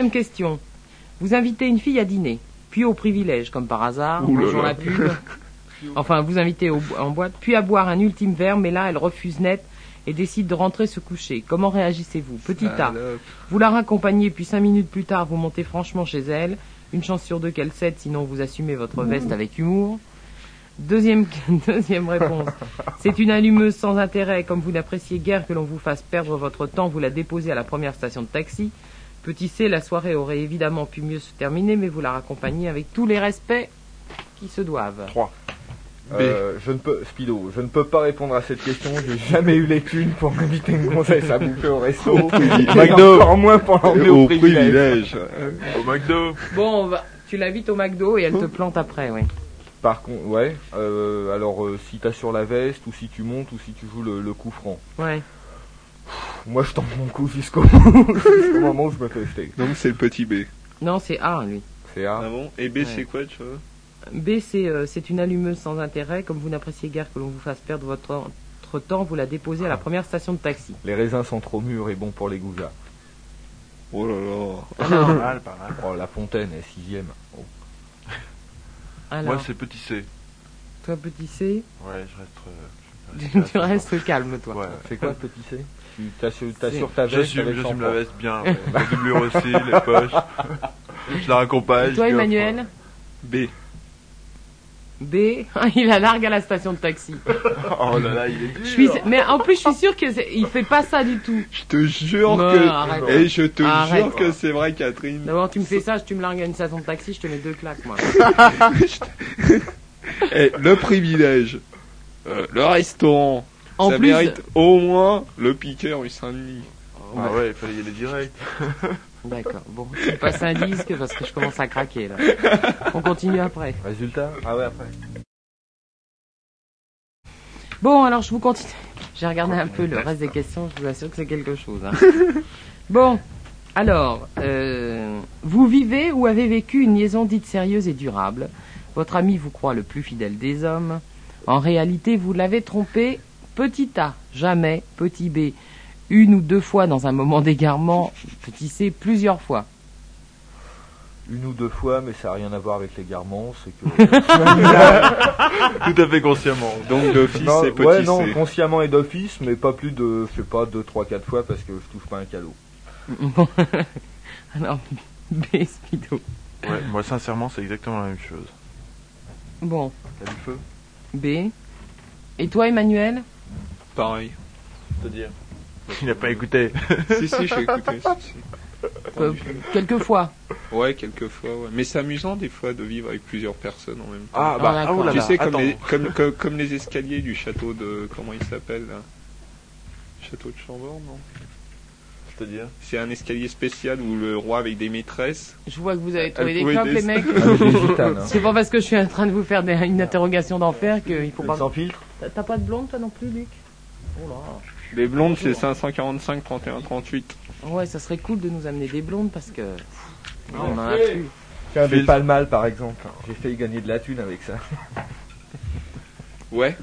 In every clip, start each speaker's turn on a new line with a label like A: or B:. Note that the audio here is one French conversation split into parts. A: Même question. Vous invitez une fille à dîner, puis au privilège, comme par hasard,
B: Ouh là
A: bonjour
B: là.
A: la pub. Enfin, vous invitez au- en boîte, puis à boire un ultime verre, mais là, elle refuse net et décide de rentrer se coucher. Comment réagissez-vous Petit
C: Bah,
B: Euh,
A: A. Vous la raccompagnez, puis cinq minutes plus tard, vous montez franchement chez elle. Une chance sur deux qu'elle cède, sinon vous assumez votre veste avec humour. Deuxième, deuxième réponse. C'est une allumeuse sans intérêt. Comme vous n'appréciez guère que l'on vous fasse perdre votre temps, vous la déposez à la première station de taxi. Petit C, la soirée aurait évidemment pu mieux se terminer, mais vous la raccompagnez avec tous les respects qui se doivent.
D: Euh, je ne peux, Spido, je ne peux pas répondre à cette question. J'ai jamais eu les thunes pour m'inviter une gonzesse à bouffer au resto. Et
E: McDo.
D: encore moins pour l'emmener au,
E: Au privilège.
B: Au McDo.
A: Bon, on va- tu l'invites au McDo et elle te plante après, oui.
D: Par contre, ouais. euh, alors, euh, si t'as sur la veste, ou si tu montes, ou si tu joues le, le coup franc.
A: Ouais.
D: Moi, je tente mon coup jusqu'au jusqu'au moment où je me fais jeter.
E: Donc c'est le petit B.
A: Non, c'est A, lui.
D: C'est A.
F: Ah bon Et B,
A: Ouais.
F: c'est quoi, tu vois
A: B, c'est euh, c'est une allumeuse sans intérêt. Comme vous n'appréciez guère que l'on vous fasse perdre votre, votre temps, vous la déposez à
E: Ah.
A: la première station de taxi.
D: Les raisins sont trop mûrs et bons pour les goujats.
E: Oh là là.
C: Ah, Pas mal, pas mal.
D: Oh, la fontaine est sixième. Oh.
A: Alors,
B: Moi, c'est petit C.
A: toi, petit C,
C: Ouais, je reste. euh, je
A: tu
C: reste-
A: restes calme, toi.
C: Ouais.
D: C'est quoi, petit C Tu t'assures t'assures
A: C'est-
D: ta veste
B: J'assume,
D: avec
B: j'assume
D: shampoing.
B: la veste bien. ouais. La doublure aussi, les poches. Je la raccompagne.
A: Et toi,
B: je lui offre,
A: Emmanuel
E: B.
A: B, il la largue à la station de taxi.
B: euh, Oh là là, il est dur.
A: Je suis, mais en plus, je suis sûre qu'il fait pas ça du tout.
E: Je te jure
A: Non,
E: que.
A: Bah, arrête.
C: Eh,
E: Et je te
A: Arrête.
E: jure que c'est vrai, Catherine.
A: D'abord, tu me fais ça, tu me largues à une station de taxi, je te mets deux claques, moi.
E: Eh, le privilège. Euh, le restaurant.
A: En
E: ça
A: plus,
E: mérite au moins le piqueur rue Saint-Denis.
B: Ah ouais, il fallait y aller direct.
A: d'accord, bon, je vais passer un disque parce que je commence à craquer, là. On continue après.
D: Résultat Ah ouais, après.
A: Bon, alors je vous continue. J'ai regardé un peu le reste des questions, je vous assure que c'est quelque chose. hein. bon, alors, euh, vous vivez ou avez vécu une liaison dite sérieuse et durable. Votre ami vous croit le plus fidèle des hommes. En réalité, vous l'avez trompé petit a, jamais, petit b, une ou deux fois dans un moment d'égarement, petit c, plusieurs fois.
D: Une ou deux fois, mais ça n'a rien à voir avec l'égarement. C'est que.
B: Tout à fait consciemment.
E: Donc d'office,
D: Non,
E: c'est petit
D: ouais, non,
E: C.
D: consciemment et d'office, mais pas plus de, je sais pas, deux, trois, quatre fois parce que je touche pas un cadeau.
A: Bon. alors, b, Speedo.
B: Ouais, moi, sincèrement, c'est exactement la même chose.
A: Bon,
B: T'as du feu
A: b. Et toi, Emmanuel
E: Pareil.
B: te dire. Il n'a pas écouté.
E: si, si, j'ai écouté. si, si.
A: Euh, Quelquefois.
E: Ouais, quelquefois, ouais. Mais c'est amusant des fois de vivre avec plusieurs personnes en même temps.
B: Ah
A: Ah,
B: bah, ah,
A: d'accord.
B: oh là
E: tu
B: là,
E: sais, comme
B: attends.
E: les, comme, comme, comme les escaliers du château de. Comment il s'appelle là Château de Chambord, non
B: Je te dire.
E: C'est un escalier spécial où le roi avec des maîtresses.
A: Je vois que vous avez trouvé
E: Elle
A: des
E: pouvait
A: clopes,
E: des-
A: les mecs.
D: Ah, mais j'ai des gitanes, hein.
A: C'est pas parce que je suis en train de vous faire des- une interrogation d'enfer qu'il faut pas.
D: Sans filtre
A: T'as- T'as pas de blonde, toi non plus, Luc Oh
E: Les blondes, c'est 545, 31, 38.
A: là. Ouais, ça serait cool de nous amener des blondes parce que.
B: Ah,
A: Non, on en a plus.
D: Tiens,
B: Filtre.
D: des pas le mal par exemple. J'ai failli gagner de la thune avec ça.
E: Ouais.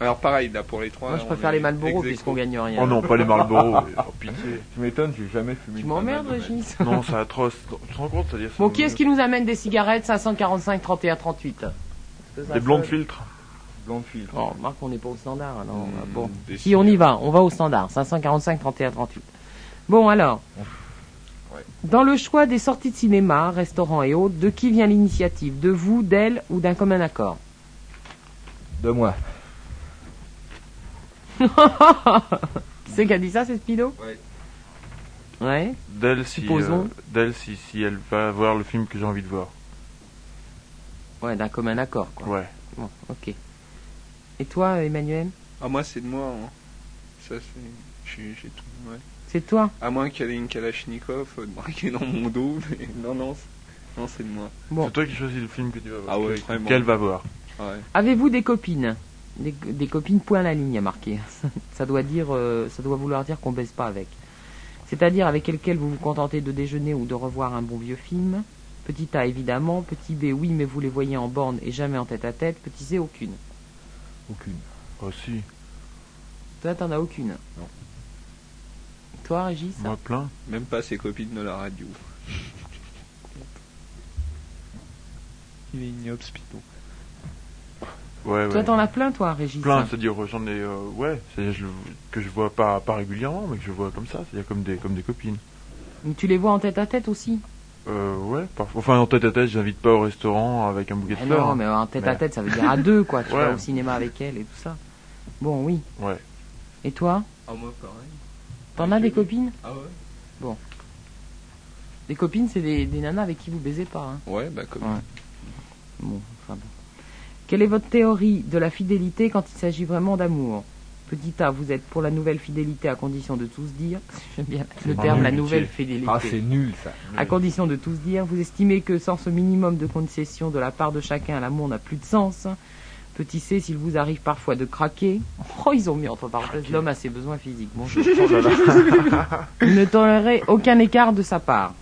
E: Alors pareil, là pour les trois.
A: Moi, je
E: on
A: préfère
E: est
A: les Malboro
E: ex aequo.
A: puisqu'on gagne rien.
B: Oh non, pas les Marlboro. Oh pitié.
D: Tu m'étonnes, j'ai jamais fumé.
A: Tu
D: de
A: m'emmerdes,
B: Ah,
D: banane de ma vie.
A: Régis
B: Non, c'est atroce. Tu te rends compte, c'est-à-dire.
A: Bon, qui est-ce qui nous amène des cigarettes 545, 31, 38
B: Des blondes filtres.
D: Blanc de filtre.
A: Oh, Marc, on n'est pas au standard. Alors,
B: Hmm.
E: Mmh,
A: Ah, bon.
E: des
A: Si, on y
E: cigares.
A: va, on va au standard. 545, 31, 38. Bon, alors.
D: Ouais.
A: Dans le choix des sorties de cinéma, restaurants et autres, de qui vient l'initiative De vous, d'elle ou d'un commun accord
D: De moi.
A: Tu sais qui a dit ça, c'est Spido
D: Ouais.
A: Ouais.
B: D'elle, si,
A: Supposons.
B: euh, d'elle, si, si elle va voir le film que j'ai envie de voir.
A: Ouais, d'un commun accord, quoi.
B: Ouais.
A: Bon, ok. Et toi, Emmanuel
E: Ah, moi, c'est de moi. hein. Ça, c'est. je suis- J'ai tout. Ouais.
A: C'est toi
E: À moins qu'elle ait une Kalachnikov euh, braquée dans mon dos. Mais... Non, non. c'est- Non, c'est de moi.
A: Bon.
B: C'est toi qui choisis le film que tu vas voir.
E: Ah ouais,
B: Que-
E: vraiment.
B: Qu'elle va voir.
E: Ouais.
A: Avez-vous des copines des, des copines, point à la ligne, à marquer. ça doit dire, euh, ça doit vouloir dire qu'on baisse pas avec. C'est-à-dire avec lesquelles vous vous contentez de déjeuner ou de revoir un bon vieux film. Petit A évidemment, petit B oui, mais vous les voyez en borne et jamais en tête à tête. Petit C aucune.
D: Aucune.
B: Oh si,
A: Toi t'en as aucune.
D: Non.
A: Toi Régis
B: moi plein.
E: Même pas ses copines de la radio. Il est ignoble, Speedo.
C: Ouais,
A: Toi,
C: ouais.
A: t'en as plein, toi, Régis
C: Plein,
A: hein
C: c'est-à-dire euh, j'en ai, euh, ouais, c'est-à-dire je le- que je vois pas, pas régulièrement, mais que je vois comme ça, c'est-à-dire comme des, comme des copines.
A: Mais Tu les vois en tête à tête aussi
C: Euh, ouais, parfois. Enfin, en tête à tête, j'invite pas au restaurant avec un bouquet de
A: Ah
C: fleurs.
B: hein.
A: Non, mais en tête à
C: Mais-
A: tête, ça veut dire à deux, quoi. Tu
C: Ouais.
A: vas au cinéma avec elle et tout ça. Bon, oui.
C: Ouais.
A: Et toi
F: Ah, moi, pareil.
A: T'en
F: Ouais,
A: as des
F: je-
A: copines
F: Ah ouais
A: Des copines, c'est des, des nanas avec qui vous baisez pas. hein.
E: Ouais, bah comme.
A: Ouais. Bon, enfin bon. Quelle est votre théorie de la fidélité quand il s'agit vraiment d'amour Petit A, vous êtes pour la nouvelle fidélité à condition de tous dire. J'aime bien le
C: vraiment
A: terme la
C: une
A: nouvelle
C: pitié.
A: fidélité.
D: Ah, c'est nul ça.
A: À condition de tous dire, vous estimez que sans ce minimum de concession de la part de chacun, l'amour n'a plus de sens. Petit C, s'il vous arrive parfois de craquer, oh, ils ont mis entre parenthèses, l'homme a ses besoins physiques. Bonjour.
B: Oh
A: vous ne tolérez aucun écart de sa part.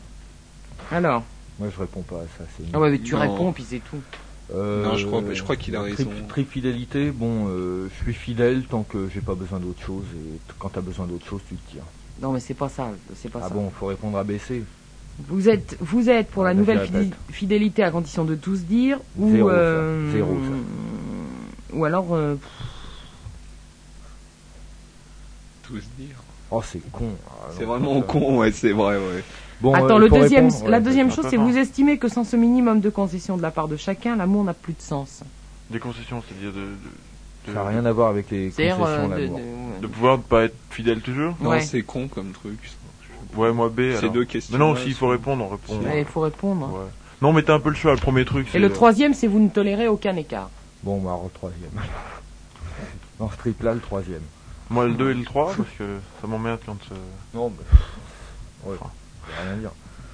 A: Alors,
D: Moi, je réponds pas à ça. C'est nul.
A: ah ouais, mais tu
E: Non.
A: réponds, puis c'est tout.
D: Euh,
E: Non, je crois pas- je crois qu'il a
D: tri-
E: raison.
D: Trifidélité, bon, euh, je suis fidèle tant que j'ai pas besoin d'autre chose. Et t- quand t'as besoin d'autre chose, tu te tires.
A: Non, mais c'est pas ça, c'est pas
D: Ah
A: ça.
D: bon, faut répondre à BC.
A: Vous êtes, vous êtes pour la
D: Ah,
A: nouvelle
D: vas-y, répète.
A: fidi- fidélité à condition de tous dire ou
D: Zéro, ça.
A: euh,
D: Zéro, ça.
A: ou alors euh,
E: Tous dire.
D: Oh, c'est con. Ah,
E: C'est
D: non,
E: vraiment
D: putain.
E: con, ouais, c'est vrai, ouais.
D: Bon,
A: Attends,
D: euh,
A: le
D: faut
A: deuxième,
D: répondre,
A: la
D: ouais,
A: deuxième
C: c'est
A: chose,
C: pas
A: c'est
C: grave.
A: vous estimez que sans ce minimum de concession de la part de chacun, l'amour n'a plus de sens.
C: Des concessions, c'est-à-dire de, de, de-
D: Ça n'a rien à voir avec les
A: C'est-à-dire,
D: concessions,
A: euh, de-
D: l'amour.
A: de-
C: de pouvoir ne pas être fidèle toujours.
E: Non,
A: Ouais.
E: c'est con comme truc.
C: Ouais, moi B.
E: Ces
C: alors.
E: deux questions.
C: Mais non, s'il faut répondre, on répond.
A: Ouais, il faut répondre.
C: Ouais. Non, mais t'as un peu le choix, le premier truc.
A: Et
C: c'est-
A: le troisième, c'est vous ne tolérez aucun écart.
D: Bon, bah, alors, troisième. Non, ce triple là, le troisième.
C: Moi, le 2 et le 3, parce que ça m'emmerde quand. euh,
D: Non, mais. Ouais, y a rien à dire.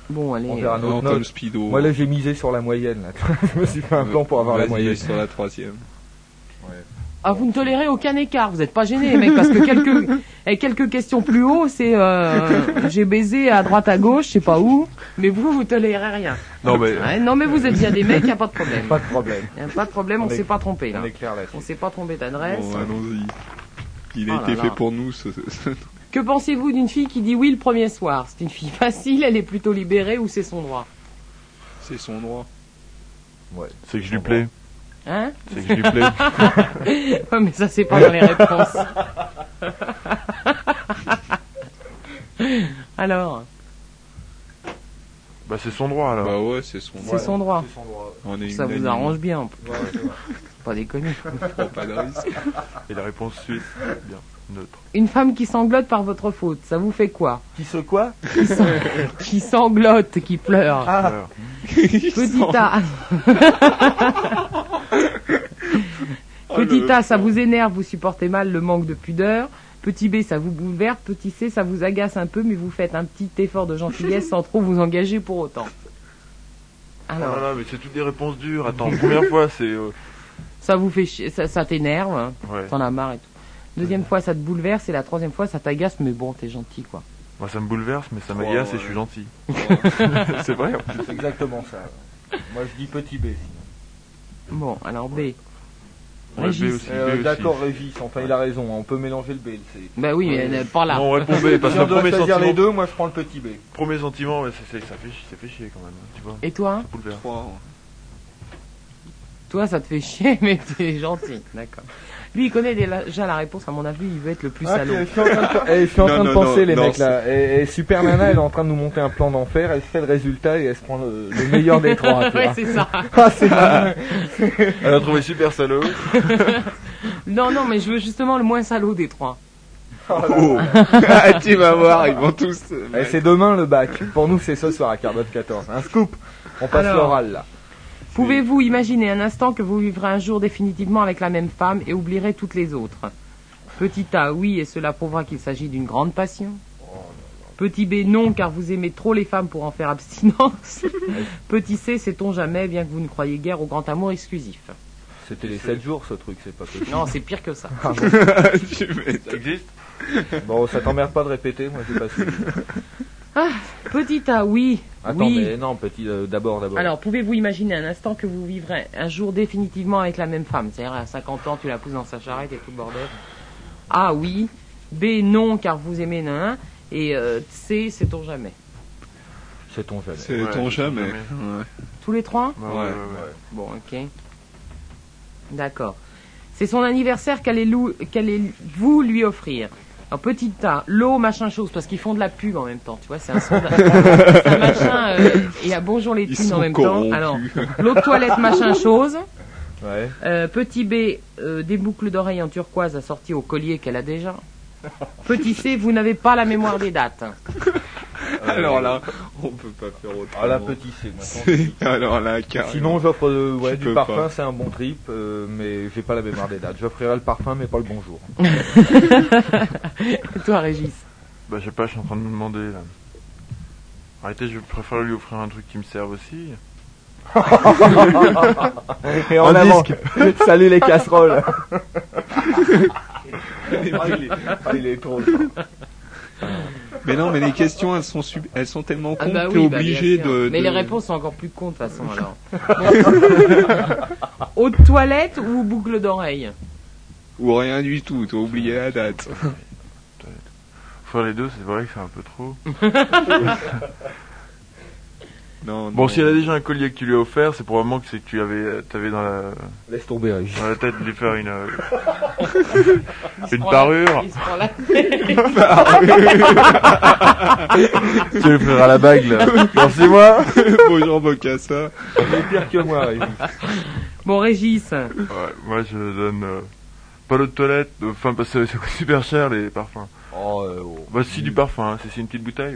A: Bon, allez.
D: On verra.
A: euh,
D: Non,
E: Non,
D: non.
E: comme Speedo.
D: Moi, là, j'ai misé sur la moyenne, là. je me suis fait un plan pour avoir la
E: Vas-y,
D: moyenne.
E: sur la troisième.
A: Ah, vous ne tolérez aucun écart. Vous n'êtes pas gêné, mec, parce que quelques, eh, quelques questions plus haut, c'est euh, j'ai baisé à droite à gauche, je sais pas où, mais vous, vous tolérez rien.
C: Non, mais.
A: Ouais, non, mais vous êtes bien des mecs, y a pas de problème.
D: Pas de problème.
A: Y a pas de problème, on
D: On est-
A: s'est pas trompé là.
D: On est clair là-dessus.
A: On s'est pas trompé d'adresse.
E: Bon, allons-y. Il a
A: Oh là
E: été
A: là.
E: fait pour nous, ce. ce- ce-
A: Que pensez-vous d'une fille qui dit oui le premier soir C'est une fille facile, elle est plutôt libérée ou c'est son droit
E: C'est son droit.
C: C'est que je lui plais.
A: Hein
C: C'est que je lui plais.
A: Ouais, mais ça c'est pas dans les réponses. Alors,
C: bah, c'est son droit
D: Ah.
C: alors.
E: Bah ouais, c'est son
A: c'est
E: droit.
A: son droit.
E: On est
A: Ça vous
E: unanime.
A: arrange bien, en plus. pas déconner.
E: Prends pas de risque.
C: Et la réponse suisse, bien, neutre.
A: Une femme qui sanglote par votre faute, ça vous fait quoi
D: Qui se quoi
A: qui, sang- qui sanglote, qui pleure.
C: Alors,
A: Petit A.
E: Ah, Oh,
A: Petit A, ça vous énerve, vous supportez mal le manque de pudeur. Petit B, ça vous bouleverse. Petit C, ça vous agace un peu, mais vous faites un petit effort de gentillesse sans trop vous engager pour autant.
C: oh là
A: Alors,
C: là, mais c'est toutes des réponses dures. Attends, première fois, c'est. euh,
A: ça vous fait chier, ça, ça t'énerve, hein,
C: Ouais.
A: t'en as marre et tout. Deuxième fois, ça te bouleverse, et la troisième fois, ça t'agace, mais bon, t'es gentil, quoi.
C: Moi, ça me bouleverse, mais ça
E: Trois,
C: m'agace et
E: ouais.
C: je suis gentil. c'est vrai. hein.
D: C'est exactement ça. Moi, je dis petit B. sinon.
A: Bon, alors B.
C: Ouais,
A: Régis.
C: B aussi. B
D: Euh,
C: aussi.
D: D'accord, Régis, enfin, il a raison. hein, On peut mélanger le B et le C.
A: Bah oui, mais euh, par là.
C: Non, on répond B, parce
D: Si
C: que
D: on
C: le
D: doit
C: premier
D: choisir
C: sentiment,
D: les deux, moi, je prends le petit B.
C: premier sentiment, ouais, c'est- c'est- ça, fait, chier- ça fait chier quand même, hein, tu vois.
A: Et toi
C: Bouleverse.
E: Trois.
A: Toi, ça te fait chier, mais t'es gentil. D'accord. Lui, il connaît déjà la réponse, à mon avis, il veut être le plus
D: Ah,
A: salaud.
D: Je suis en train de, eh, je suis en
E: Non,
D: train de
E: non,
D: penser,
E: non,
D: les
E: non,
D: mecs, là. Et, et Super Nana, elle est en train de nous monter un plan d'enfer. Elle fait le résultat et elle se prend le, le meilleur des trois. tu
A: Ouais,
D: vois.
A: c'est ça.
D: Ah, c'est malin.
C: Elle a trouvé super salaud.
A: Non, non, mais je veux justement le moins salaud des trois.
E: Oh. Ah, tu vas voir, ils vont tous. se
D: Eh,
E: mettre.
D: c'est demain le bac. Pour nous, c'est ce soir à Carbone 14. Un scoop. On passe
A: Alors.
D: l'oral, là.
A: Pouvez-vous imaginer un instant que vous vivrez un jour définitivement avec la même femme et oublierez toutes les autres Petit A, oui, et cela prouvera qu'il s'agit d'une grande passion. Petit B, non, car vous aimez trop les femmes pour en faire abstinence. Petit C, sait-on jamais, bien que vous ne croyez guère au grand amour exclusif.
D: C'était les 7 jours, ce truc, c'est pas possible.
A: Non, c'est pire que ça.
E: Tu m'étonnes.
C: Ça existe
D: Bon, ça t'emmerde pas de répéter, moi, j'ai pas su.
A: Petit A, oui.
D: Attends,
A: oui.
D: mais non, petit, euh, d'abord, d'abord.
A: Alors, pouvez-vous imaginer un instant que vous vivrez un jour définitivement avec la même femme C'est-à-dire, à 50 ans, tu la pousses dans sa charrette et tout le bordel. A, oui. B, non, car vous aimez nain. Et euh, C, sait-on jamais
D: Sait-on jamais.
E: C'est
C: Ouais,
E: ton
C: je sais
E: jamais.
C: jamais.
E: Ouais.
A: Tous les trois
C: Ouais,
E: Ouais.
C: ouais, ouais.
A: Bon, ok. D'accord. C'est son anniversaire, qu'allez-vous vous lui offrir Un petit tas, l'eau, machin chose, parce qu'ils font de la pub en même temps, tu vois, c'est un sondage. C'est un machin, euh, et à bonjour les
E: Ils
A: thunes en
E: sont
A: même
E: corrompus.
A: temps. Alors, l'eau de toilette, machin chose.
D: Ouais.
A: Euh, petit B, euh, des boucles d'oreilles en turquoise assorties au collier qu'elle a déjà. Petit C, vous n'avez pas la mémoire des dates.
E: Alors là, on peut pas faire autrement.
D: Ah là, petit C, maintenant.
E: C'est- Alors là, carrément.
D: Sinon, j'offre euh, ouais,
E: Tu
D: du
E: peux
D: parfum,
E: pas.
D: c'est un bon trip, euh, mais j'ai pas la mémoire des dates. J'offrirai le parfum, mais pas le bonjour.
A: Et toi, Régis
C: Bah, je sais pas, je suis en train de me demander là. Arrêtez, je préfère lui offrir un truc qui me serve aussi.
D: Et
C: en avant.
D: Salut les casseroles
E: mais,
D: Il est trop
E: non, mais les questions, elles sont, sub- elles sont tellement
A: Ah
E: cons
A: bah
E: que t'es
A: oui, bah
E: obligé
A: bien sûr.
E: de,
A: Mais
E: de-
A: les réponses sont encore plus cons de toute façon alors. Bon. Eau de toilette ou boucle d'oreille
E: Ou rien du tout, t'as oublié la date.
C: Faire les deux, c'est vrai que c'est un peu trop.
E: Non, non.
C: Bon, si elle a déjà un collier que tu lui as offert, c'est probablement que c'est que tu avais, euh, t'avais dans la,
D: Laisse tomber, hein. Régis.
C: dans la tête de lui faire une, euh,
A: Il
C: une
A: se prend la-
C: parure.
A: il se prend la-
C: Tu lui offriras la bague là. Merci-moi.
E: Bonjour Bocassa.
D: Il est pire que moi, Régis.
A: Bon Régis,
C: Ouais, moi je donne euh, pas l'eau de toilette, euh, enfin parce que ça coûte super cher les parfums.
D: Oh, euh, oh.
C: Bah si
A: Mm.
C: du parfum, hein, si c'est une petite bouteille,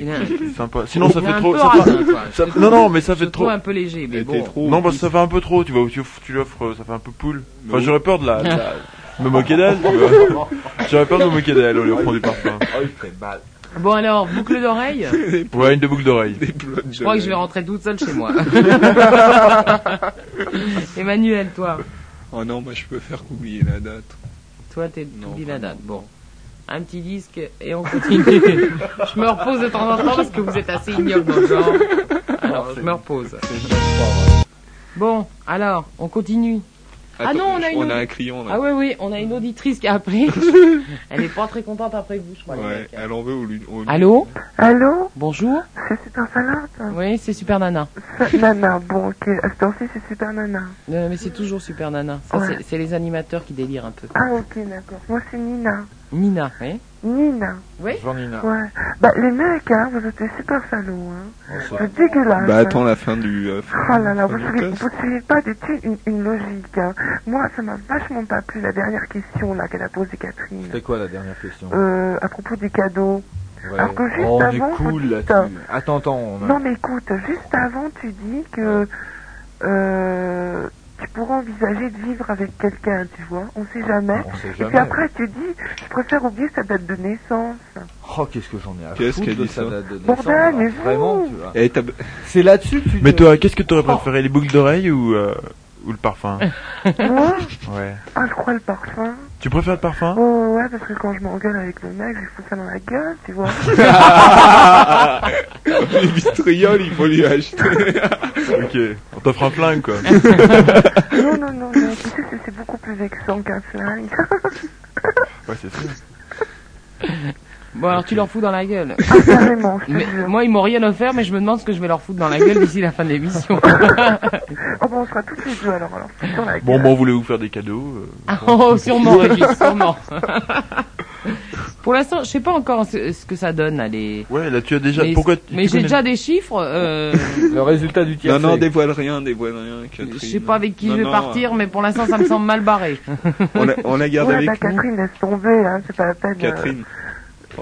A: il a,
C: C'est sympa. Sinon ça
A: il a
C: fait
A: un
C: trop.
A: peu
C: ça fait-
A: radin, quoi.
C: ça- non non mais ça
A: Je
C: fait
A: le
C: trop.
A: trouve un peu léger, Eh mais
E: Mais
A: bon.
E: t'es trop.
C: Non parce que ça fait un peu trop, tu vois, tu, tu l'offres, euh, ça fait un peu poule.
E: Mais
C: Enfin
E: oui.
C: j'aurais peur de la. de la- me moquer d'elle. tu vois. J'aurais peur de me moquer d'elle au lieu de prendre du parfum.
D: Oh, il fait mal.
A: Bon alors, boucle d'oreille
C: Ouais, une de boucle d'oreille.
E: Des plots de
A: Je crois que je vais
E: Noël.
A: rentrer toute seule chez moi. Emmanuel, toi
E: Oh non, moi je peux faire qu'oublier la date.
A: Toi, t'es
E: Non,
A: oublié la
E: vraiment.
A: date. Bon. Un petit disque et on continue. je me repose de temps en temps parce que vous êtes assez ignoble dans le genre. Alors, je me repose.
D: hein.
A: Bon, alors, on continue. Ah non, on a une autre.
E: un client là.
A: Ah oui, oui, on a une auditrice qui a appelé. Elle est pas très contente après vous, je crois. les
E: Ouais,
A: mecs.
E: elle en veut au lui. au lui-
A: Allô
F: Allô
A: Bonjour
F: C'est Super Salade
A: Oui, c'est Super Nana.
F: Ça- Nana, bon, ok. À ce temps-ci, c'est Super Nana.
A: Euh, mais c'est toujours Super Nana. Ça,
F: Ouais.
A: c'est- c'est les animateurs qui délirent un peu.
F: Ah, ok, d'accord. Moi, c'est Nina.
A: Nina, oui
F: Nina,
D: Jean-Nina.
F: ouais. Bah, les mecs, hein, vous êtes des super salauds, hein.
D: Bonsoir.
F: C'est dégueulasse.
E: Bah
F: hein.
E: attends la fin du. euh,
F: Ah là là, vous
E: du
F: suivez,
E: test.
F: vous suivez pas du tout une, une logique. Hein. Moi, ça m'a vachement pas plu la dernière question là qu'elle a posée Catherine.
D: C'était quoi la dernière question
F: Euh, à propos des cadeaux.
D: Ouais.
F: alors que juste
D: Oh, on est
F: avant,
D: cool
F: vous dites,
D: là-dessus. Attends, attends, on a-
F: Non mais écoute, juste avant, tu dis que euh, tu pourras envisager de vivre avec quelqu'un, tu vois. On sait jamais.
D: on sait
F: Et puis
D: jamais.
F: après, tu dis, je préfère oublier sa date de naissance.
D: Oh, qu'est-ce que j'en ai à
E: Qu'est-ce
D: foutre
E: qu'elle
D: de
E: dit
D: sa
E: ça
D: date de
F: Bordel,
D: naissance,
F: mais
D: là. Vraiment,
F: vous
D: tu vois.
E: Eh, t'as-
D: C'est là-dessus que tu
C: Mais
D: te-
C: toi, qu'est-ce que t'aurais
A: Oh.
C: préféré, les boucles d'oreilles ou, euh, ou le parfum
F: Moi,
C: Ouais.
F: ah, je crois le parfum.
C: Tu préfères le parfum
F: Oh ouais, parce que quand je m'engueule avec le mec, je lui fous ça dans la gueule, tu vois.
E: les vitrioles, il faut lui acheter.
C: Ok. On t'offre un flingue quoi.
F: non, non, non, non. Tu sais, c'est- c'est beaucoup plus vexant qu'un flingue.
C: Ouais, c'est ça.
A: Bon, alors tu leur fous dans la gueule.
F: ah, carrément, je te
A: Mais,
F: jure.
A: moi, ils m'ont rien offert, mais je me demande ce que je vais leur foutre dans la gueule d'ici la fin de l'émission.
F: Oh bon, on sera tous les deux alors, alors. c'est sur la gueule.
C: Bon, bon, on voulait vous faire des cadeaux. euh,
A: Ah, oh, sûrement, Régis, sûrement. Pour l'instant, je sais pas encore ce, ce que ça donne, là, les...
C: Ouais, là tu as déjà.
A: mais
C: Pourquoi tu-
A: mais
C: tu
A: j'ai
C: connais-
A: déjà des chiffres. Euh,
D: Le résultat du tiers.
E: Non, non,
D: c'est-
E: dévoile rien, dévoile rien, Catherine.
A: je sais pas avec qui
E: Non,
A: je vais
E: non,
A: partir, mais pour l'instant, ça me semble mal barré.
E: On la, on la garde
F: Ouais, bah
E: avec nous.
F: Catherine, laisse tomber, hein, c'est pas la peine. euh,
E: Catherine.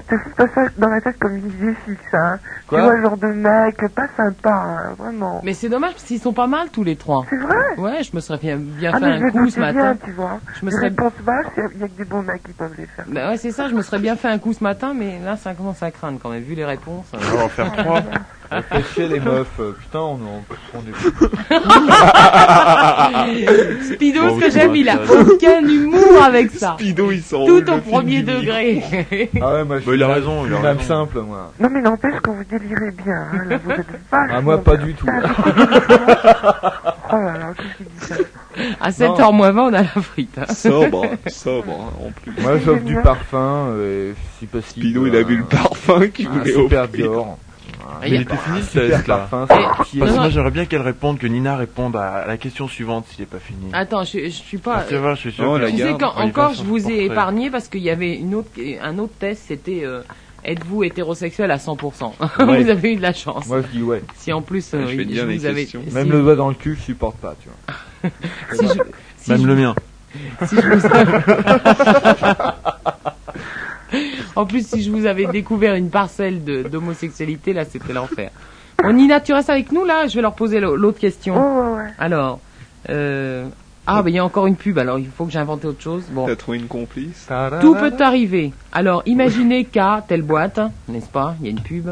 F: Te fous pas ça dans la tête comme une idée fixe, hein.
D: Quoi
F: tu vois, genre de mec, pas sympa, hein, vraiment.
A: Mais c'est dommage, parce qu'ils sont pas mal, tous les trois.
F: C'est vrai
A: Ouais, je me serais bien, bien
F: Ah,
A: fait
F: mais je
A: un
F: me
A: coup ce
F: doutais bien,
A: matin.
F: tu vois.
A: Je me
F: Les
A: serais...
F: réponses vaches, il n'y a que des bons mecs qui peuvent les faire.
A: Bah ouais, c'est ça, je me serais bien fait un coup ce matin, mais là, ça commence à craindre quand même, vu les réponses.
C: On va en faire trois.
D: Ça fait chier les meufs. euh, Putain, on, on, on est.
A: Speedo, ce
C: Bon,
A: que
C: oui,
A: j'aime,
C: moi,
A: il a
C: ça-
A: aucun humour avec ça.
E: Pido, il s'en
A: Tout au premier degré.
D: Ah ouais, moi je
C: Bah, il a raison, il
D: suis
C: a
D: une âme
C: raison.
D: simple, moi.
F: Non, mais n'empêche que vous délirez bien, hein, là, vous êtes vachement
D: Ah, moi, pas
F: bien.
D: du tout.
F: Oh là là, qu'est-ce qu'il dit ça
A: À 7h moins 20, on a la frite. hein.
E: Sobre, sobre, hein, en plus.
D: Moi, j'offre du parfum, euh, si possible.
E: Pido, il a
D: un-
E: bu le parfum qu'il
D: Un
E: voulait
D: super
E: offrir.
D: Dior.
A: Il y a-
C: était fini le
D: Super
C: test là.
D: parfum,
A: Et-
D: c'est qui
A: Non,
C: Parce que
A: non.
C: moi j'aimerais bien qu'elle réponde, que Nina réponde à la question suivante s'il n'est pas fini.
A: Attends, je, je suis
C: Ah,
A: pas.
C: tu vois, je suis sûr.
E: Non,
C: que-
E: la
A: Tu sais
E: garde,
A: quand
C: quand il
A: encore
C: va
A: je
C: sur
A: vous
C: le
A: ai
C: portrait.
A: épargné parce qu'il y avait une autre un autre test, c'était euh, êtes-vous hétérosexuel à 100%
D: Ouais.
A: Vous avez eu de la chance.
D: Moi je dis ouais.
A: Si en plus euh,
E: Je vais
A: il-
E: dire les
A: vous avez
E: questions.
A: si-
D: Même le doigt dans le cul, je supporte pas, tu vois.
A: si je- si
C: Même
A: je-
C: le mien.
A: si je vous- En plus, si je vous avais découvert une parcelle de- d'homosexualité, là, c'était l'enfer. Bon, Nina, tu restes avec nous, là Je vais leur poser l'au- l'autre
F: Oh,
A: question.
F: ouais, ouais.
A: Alors, euh... ah, bah, il y a encore une pub, alors il faut que j'invente autre chose. Bon.
E: T'as trouvé une complice
A: Tout peut arriver. Alors imaginez qu'à telle boîte, n'est-ce pas Il y a une pub.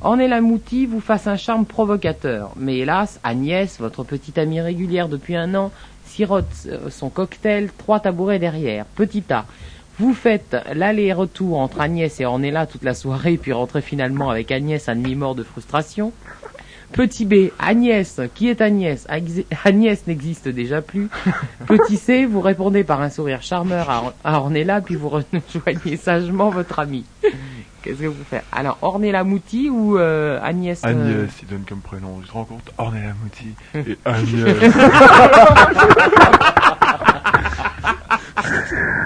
A: Ornella Mouti vous fasse un charme provocateur. Mais hélas, Agnès, votre petite amie régulière depuis un an, sirote euh, son cocktail trois tabourets derrière. Petit A. Vous faites l'aller-retour entre Agnès et Ornella toute la soirée, puis rentrez finalement avec Agnès à demi-mort de frustration. Petit B, Agnès, qui est Agnès Agz- Agnès n'existe déjà plus. Petit C, vous répondez par un sourire charmeur à, Or- à Ornella, puis vous rejoignez sagement votre ami. Qu'est-ce que vous faites Alors, Ornella Mouti ou euh, Agnès euh,
C: Agnès, il donne comme prénom. Tu te rends compte Ornella Mouti et euh, Agnès.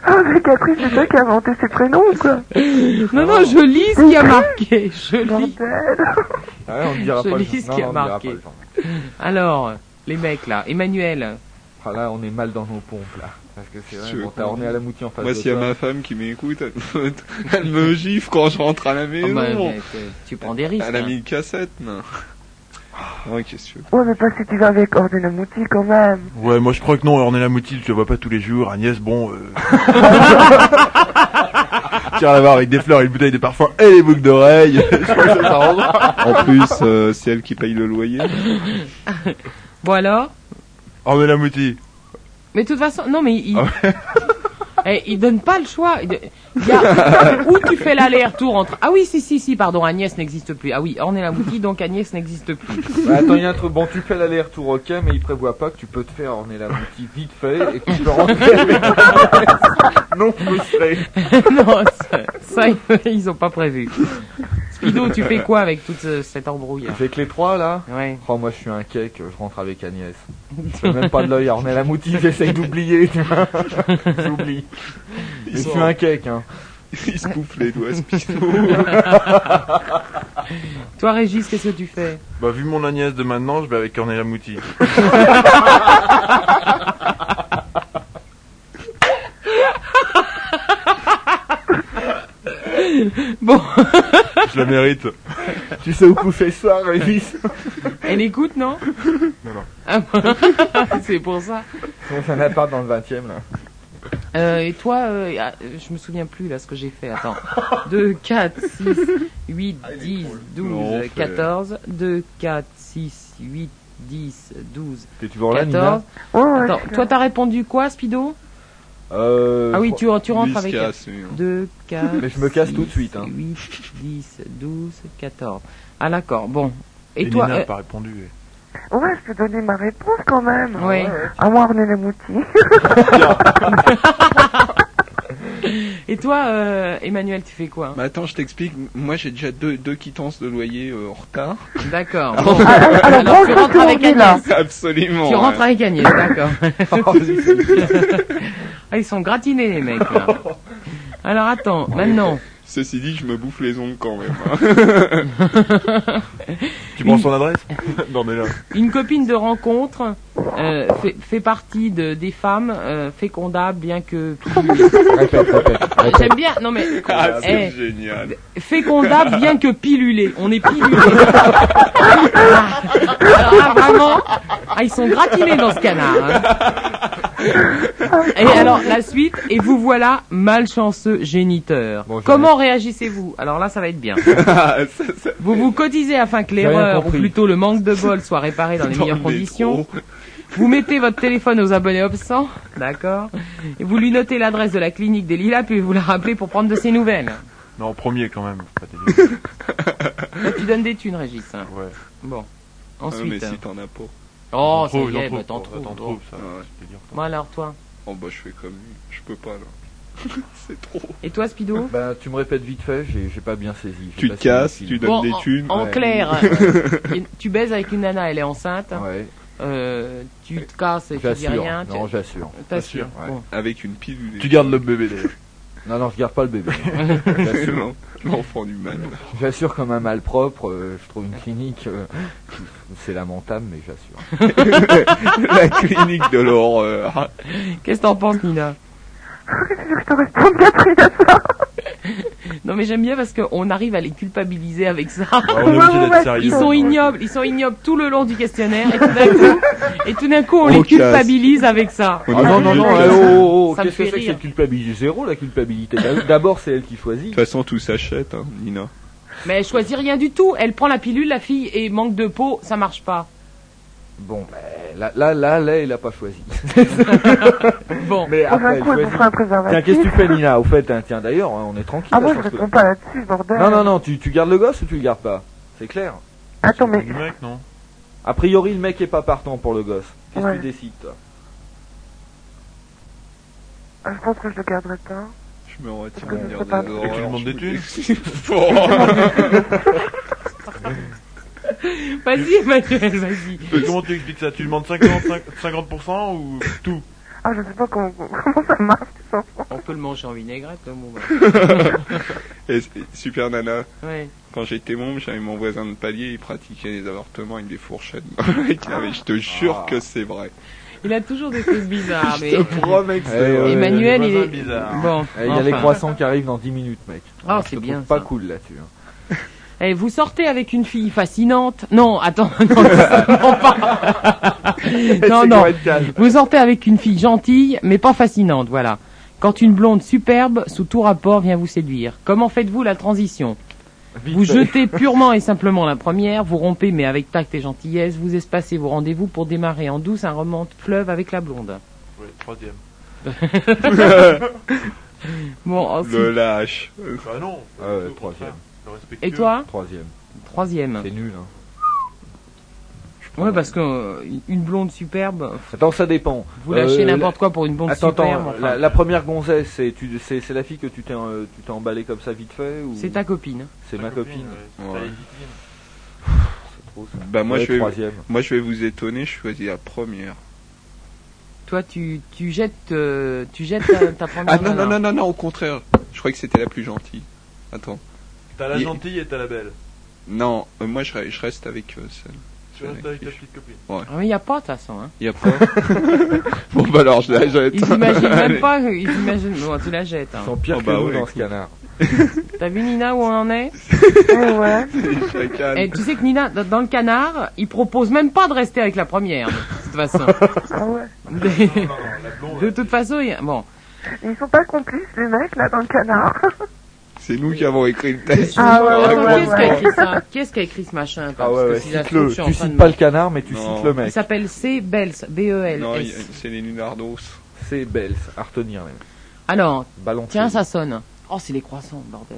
F: Ah, mais Caprice, c'est toi qui as inventé ces prénoms ou quoi
A: Non, non, je lis ce qui a marqué. Je lis.
F: Bordel
D: Ah ouais, on dira
A: Je
D: pas le
A: lis ce
D: Non,
A: qui a
D: non, on dira
A: marqué.
D: pas le genre.
A: Alors, les mecs là, Emmanuel,
D: Ah, là, on est mal dans nos pompes là. Parce que c'est vrai,
E: Tu veux
D: bon, t'as
E: qu'on-
D: orné à la moutie en face
E: Moi,
D: de
E: s'il y a
D: toi.
E: ma femme qui m'écoute, elle, me- elle me gifle quand je rentre à la
A: Ah bah,
E: maison.
A: mais, euh, tu prends des risques.
E: Eh elle a
A: hein.
E: mis une cassette, non Ah, Ouais, qu'est-ce que tu veux
F: Ouais, mais pas si tu vas avec Ordena Mouti quand même.
C: ouais, moi je crois que non, Ornella Mouti, tu la vois pas tous les jours. Agnès, bon. Euh... Tiens, la voir avec des fleurs, une bouteille de parfum et les boucles d'oreilles.
A: hein.
E: En plus, euh, c'est elle qui paye le loyer.
A: Bon alors
C: Ornella Mouti.
A: Mais de toute façon, non mais
C: Ah
A: il... Eh, il donne pas le choix. Il- il y a- Où tu fais l'aller-retour entre... Ah oui, si, si, si, pardon, Agnès n'existe plus. Ah oui, Ornella Mouti, donc Agnès n'existe plus.
D: Bah, attends, il y a un truc. Bon, tu fais l'aller-retour, ok, mais il prévoit pas que tu peux te faire orner la moutie vite fait et que tu peux rentrer avec Non frustré.
A: non, ça, ça, ils ont pas prévu. Spido, tu fais quoi avec toute ce- cette embrouille là
D: Fait que les trois là.
A: Ouais.
D: Oh, moi je suis un cake, je rentre avec Agnès. Je fais même pas de l'œil à orner la moutie, j'essaye d'oublier, tu vois. J'oublie. Mais Je suis un cake, hein.
E: Il se coupe les doigts, Spido.
A: Toi, Régis, qu'est-ce que tu fais
C: Bah, vu mon Agnès de maintenant, je vais avec Ornella Mouti.
A: Bon,
C: Je la mérite.
D: Tu sais où coucher ce soir, Régis
A: elle écoute, non
C: Non, non.
A: Ah, C'est pour ça.
D: C'est un appart dans le 20 e là.
A: Euh, et toi, euh, ah, euh, je me souviens plus là ce que j'ai fait. Attends. 2, 4, 6, 8, 10, 12,
E: Non, c'est-
A: 14. 2, 4, 6, 8, 10, 12,
D: T'es toujours là, Nina
A: 14.
F: Ouais, ouais,
A: Attends,
F: je suis
A: toi t'as répondu quoi, Spido
D: Euh.
A: Ah
D: je
A: oui,
D: crois-
A: tu, tu rentres avec elle.
E: casse, lui, hein.
A: 2, 4.
D: Mais je me casse tout de suite, hein.
A: 8, 10, 12, 14. Ah d'accord, bon. Et,
C: Et
A: toi
C: Nina
A: euh,
C: n'a pas répondu. eh.
F: là. Ouais, je peux donner ma réponse quand même.
A: Ouais.
F: À moi, Ordena Mouti.
A: Et toi, euh, Emmanuel, tu fais quoi
E: Mais Bah, attends, je t'explique. Moi, j'ai déjà deux, deux quittances de loyer euh, en retard.
A: D'accord.
D: Ah,
E: bon
A: Bon.
F: Alors,
A: Alors,
F: bon,
A: tu
F: je pense
A: rentres
F: qu'on
A: avec
F: est là.
A: Agnès.
E: Absolument.
A: Tu rentres
E: ouais.
A: avec Agnès, d'accord. Ah, ils sont gratinés, les mecs. là. Alors, attends, maintenant.
E: Ceci dit, je me bouffe les ongles quand même. hein.
C: Tu prends son adresse Non, mais là.
A: Une copine de rencontre euh, fait, fait partie de, des femmes euh, fécondables, bien que.
D: Répète, répète, répète.
A: J'aime bien. Non, mais.
E: Ah, c'est
A: Eh,
E: génial.
A: fécondables, bien que pilulés. On est pilulés. Ah, alors là, vraiment. Ah, ils sont gratinés dans ce canard. hein. Et alors, la suite. Et vous voilà malchanceux géniteur.
D: Bon, j'en ai-
A: Comment réagissez-vous Alors là, ça va être bien.
E: Ah, ça, ça-
A: Vous vous cotisez afin que
D: rien
A: l'erreur, ou
D: compris.
A: plutôt le manque de bol, soit réparé dans les
E: dans
A: meilleures
E: le
A: conditions.
E: métro. Euh,
A: Vous mettez votre téléphone aux abonnés absents, d'accord Et vous lui notez l'adresse de la clinique des Lilas, puis vous la rappelez pour prendre de ses nouvelles.
C: Non, en premier quand même. faut pas t'aider.
A: Là, tu donnes des thunes, Régis. hein.
C: Ouais.
A: Bon.
E: Ah, mais
A: Ensuite.
E: si t'en as pas.
A: oh,
C: T'en
A: ça
C: trouves,
A: y
C: t'en
A: est, bah,
C: trouves,
A: t'en
C: t'en
A: trouves.
C: trouves, ça.
E: Ah ouais.
C: je peux dire.
A: Bon, alors, toi
E: Oh bah je fais comme lui. Je peux pas là. C'est trop.
A: Et toi, Speedo
D: Bah, tu me répètes vite fait, j'ai j'ai pas bien saisi. j'ai
E: Tu
D: pas
E: te
D: saisi le
E: casses,
D: fil.
E: tu donnes
A: Bon,
E: des
A: en-
E: thunes.
A: En,
D: Ouais.
A: clair, euh, une- tu baises avec une nana, elle est enceinte,
D: Ouais,
A: euh, tu te casses et tu dis
D: j'assure.
A: rien,
D: Non,
A: tu
D: j'assure.
A: t'assures.
D: j'assure, ouais.
A: Bon.
E: euh, Avec une pilule.
C: Tu gardes le bébé d'ailleurs.
D: Non, non, je garde pas le bébé. j'assure.
E: Non, L'enfant du mal.
D: J'assure comme un malpropre, euh, je trouve une clinique, euh, c'est lamentable, mais j'assure.
E: La clinique de l'horreur.
A: Qu'est-ce que t'en penses, Nina
F: Je te réponds bien pris à ça.
A: Non, mais j'aime bien parce qu'on arrive à les culpabiliser avec ça.
C: Ah, on est obligé d'être sérieux.
A: Ils sont ignobles, ils sont ignobles tout le long du questionnaire et tout d'un coup, et tout d'un coup on,
E: On
A: les
E: casse.
A: culpabilise avec ça.
E: On est
D: Ah non, non,
E: obligé
D: non,
E: de-
D: eh,
E: De
D: oh, oh, oh,
A: Ça me
D: qu'est-ce que
A: fait
D: c'est que
A: rire.
D: cette culpabilité Zéro la culpabilité. D'ab- D'abord, c'est elle qui choisit.
E: toute façon, tout s'achète, hein, Nina.
A: Mais elle choisit rien du tout, elle prend la pilule, la fille, et manque de peau, ça marche pas.
D: Bon, ben, là, là, là, là, il a pas choisi.
A: Bon,
D: Mais
F: Dans
D: après,
F: un
D: elle
F: coup, elle me
D: choisit.
F: fera un
D: Tiens, qu'est-ce que tu
F: préservatif.
D: fais, Nina Au fait, hein, tiens, d'ailleurs, hein, on est tranquille.
F: Ah,
D: là,
F: moi,
D: je
F: je
D: pense que-
F: réponds pas là-dessus, bordel.
D: Non, non, non, tu, tu gardes le gosse ou tu le gardes pas C'est clair.
F: Attends, mais.
C: Du mec, non
D: A priori, le mec est pas partant pour le gosse. Qu'est-ce que
F: Ouais.
D: tu décides, toi
F: Ah, Je pense que je le garderai pas.
E: Je me retire
F: Parce que
E: de
F: je
E: dire
F: sais
E: des
F: pas.
E: horreurs.
C: Et tu lui demandes
E: je
C: des
E: vous
C: thunes
E: dis. Oh,
A: vas-y Emmanuel, vas-y.
C: Mais Comment tu expliques ça Tu demandes 50, 50% ou tout
F: Ah, je sais pas comment, comment ça marche, ces enfants.
A: On peut le manger en vinaigrette, comme on va.
E: Et c'est- Super Nana,
A: Ouais.
E: quand j'étais môme, j'avais mon voisin de palier, il pratiquait les avortements avec des fourchettes. Mec, là, mais je te jure que c'est vrai.
A: Il a toujours des trucs bizarres, mais...
C: promets que
D: Eh, ouais,
A: Emmanuel,
C: des
A: il
C: voisins
A: est...
C: bizarres.
A: Bon,
D: Eh, Il y a les
A: enfin.
D: croissants qui arrivent dans 10 minutes, mec.
A: Ah,
D: Alors, je
A: c'est
D: te
A: bien,
D: trouve Pas
A: ça.
D: cool là-dessus. hein.
A: Eh, vous sortez avec une fille fascinante. Non, attends, non, absolument pas. non, non. Vous sortez avec une fille gentille, mais pas fascinante, voilà. Quand une blonde superbe, sous tout rapport, vient vous séduire. Comment faites-vous la transition
D: Vite
A: Vous
D: fait.
A: jetez purement et simplement la première, vous rompez mais avec tact et gentillesse, vous espacez vos rendez-vous pour démarrer en douce un roman de fleuve avec la blonde.
C: Ouais, troisième.
A: Bon, ensuite-
E: Le lâche.
C: Bah non
D: Ah ouais,
C: au contraire,
D: troisième.
C: le respectueux.
A: Et toi
D: Troisième.
A: Troisième.
D: C'est nul, hein.
A: Ouais, parce que euh, une blonde superbe,
D: Attends, ça dépend.
A: vous
D: Euh,
A: lâchez
D: la-
A: n'importe quoi pour une blonde
D: Attends,
A: superbe.
D: attends,
A: enfin,
D: la, la première gonzesse, c'est tu- c'est c'est la fille que tu t'es euh, tu t'es emballée comme ça vite fait ou
A: C'est ta copine. hein.
D: c'est ma copine.
C: ouais.
E: Ouais.
C: T'as légitime.
D: C'est trop, ça.
E: Bah, moi,
D: Ouais,
E: je vais,
D: troisième.
E: moi, je vais vous étonner, je choisis la première.
A: Toi, tu, tu jettes, euh, tu jettes ta, ta première.
E: Ah non, non,
A: nana.
E: non, non, non, au contraire. Je croyais que c'était la plus gentille. Attends.
C: T'as la
E: Il-
C: gentille et t'as la belle.
E: Non, euh, moi, je, re- je reste avec euh, celle.
C: Tu restes
E: Ouais,
C: avec ta
E: fiche.
C: petite copine.
A: Ah, mais il n'y a pas, de toute façon. Hein.
E: Y a pas. bon, bah, alors, je la jette.
A: Ils imaginent
E: Allez.
A: même pas. Ils imaginent. Bon, tu la jettes.
D: Ils
A: Hein.
D: sont pires
E: Oh, bah
D: que nous
E: ouais,
D: dans
E: écoute.
D: ce canard.
A: T'as vu Nina où on en est
F: Ouais, Eh ouais.
E: Chacun.
A: Et tu sais que Nina, dans dans le canard, il propose même pas de rester avec la première. De toute façon.
F: Ah, ouais.
A: De
C: Non, non, la blonde.
A: toute façon, il y a- bon.
F: Ils sont pas complices, les mecs, là, dans le canard.
E: C'est nous qui avons écrit le texte.
F: Ah ouais,
A: Attends,
F: ouais,
A: qu'est-ce
F: ouais.
A: qui a écrit ça Qu'est-ce qui a écrit ce machin quoi
D: Ah ouais,
A: Parce que
D: ouais,
A: si ça se trouve,
D: cite-le.
A: je suis en
D: Tu
A: train de
D: cites
A: me-
D: pas le canard, mais tu
E: Non.
D: cites le
A: Il
D: mec.
A: s'appelle C. E Bels.
E: Non, il-
A: B-E-L-S.
E: c'est les Lunardos.
D: C'est Bels, à retenir. les mecs.
A: Alors,
D: Ballon.
A: tiens, ça sonne. Oh, c'est les croissants, bordel.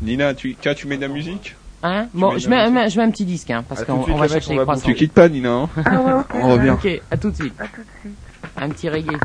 E: Nina, tu, tiens, tu mets de la musique
A: Hein Bon,
E: mets
A: je
E: la
A: mets, un-
E: musique.
A: je mets un petit disque, hein, parce
D: À tout de
A: qu'on
D: suite,
A: on va
D: les mecs,
A: chercher
D: on
A: les
D: va
A: croissants.
E: Tu quittes pas, Nina. hein
D: Oh,
F: Ah, ouais, ok.
E: On revient.
A: Ok, à tout de suite.
F: À tout de suite.
A: Un petit reggae.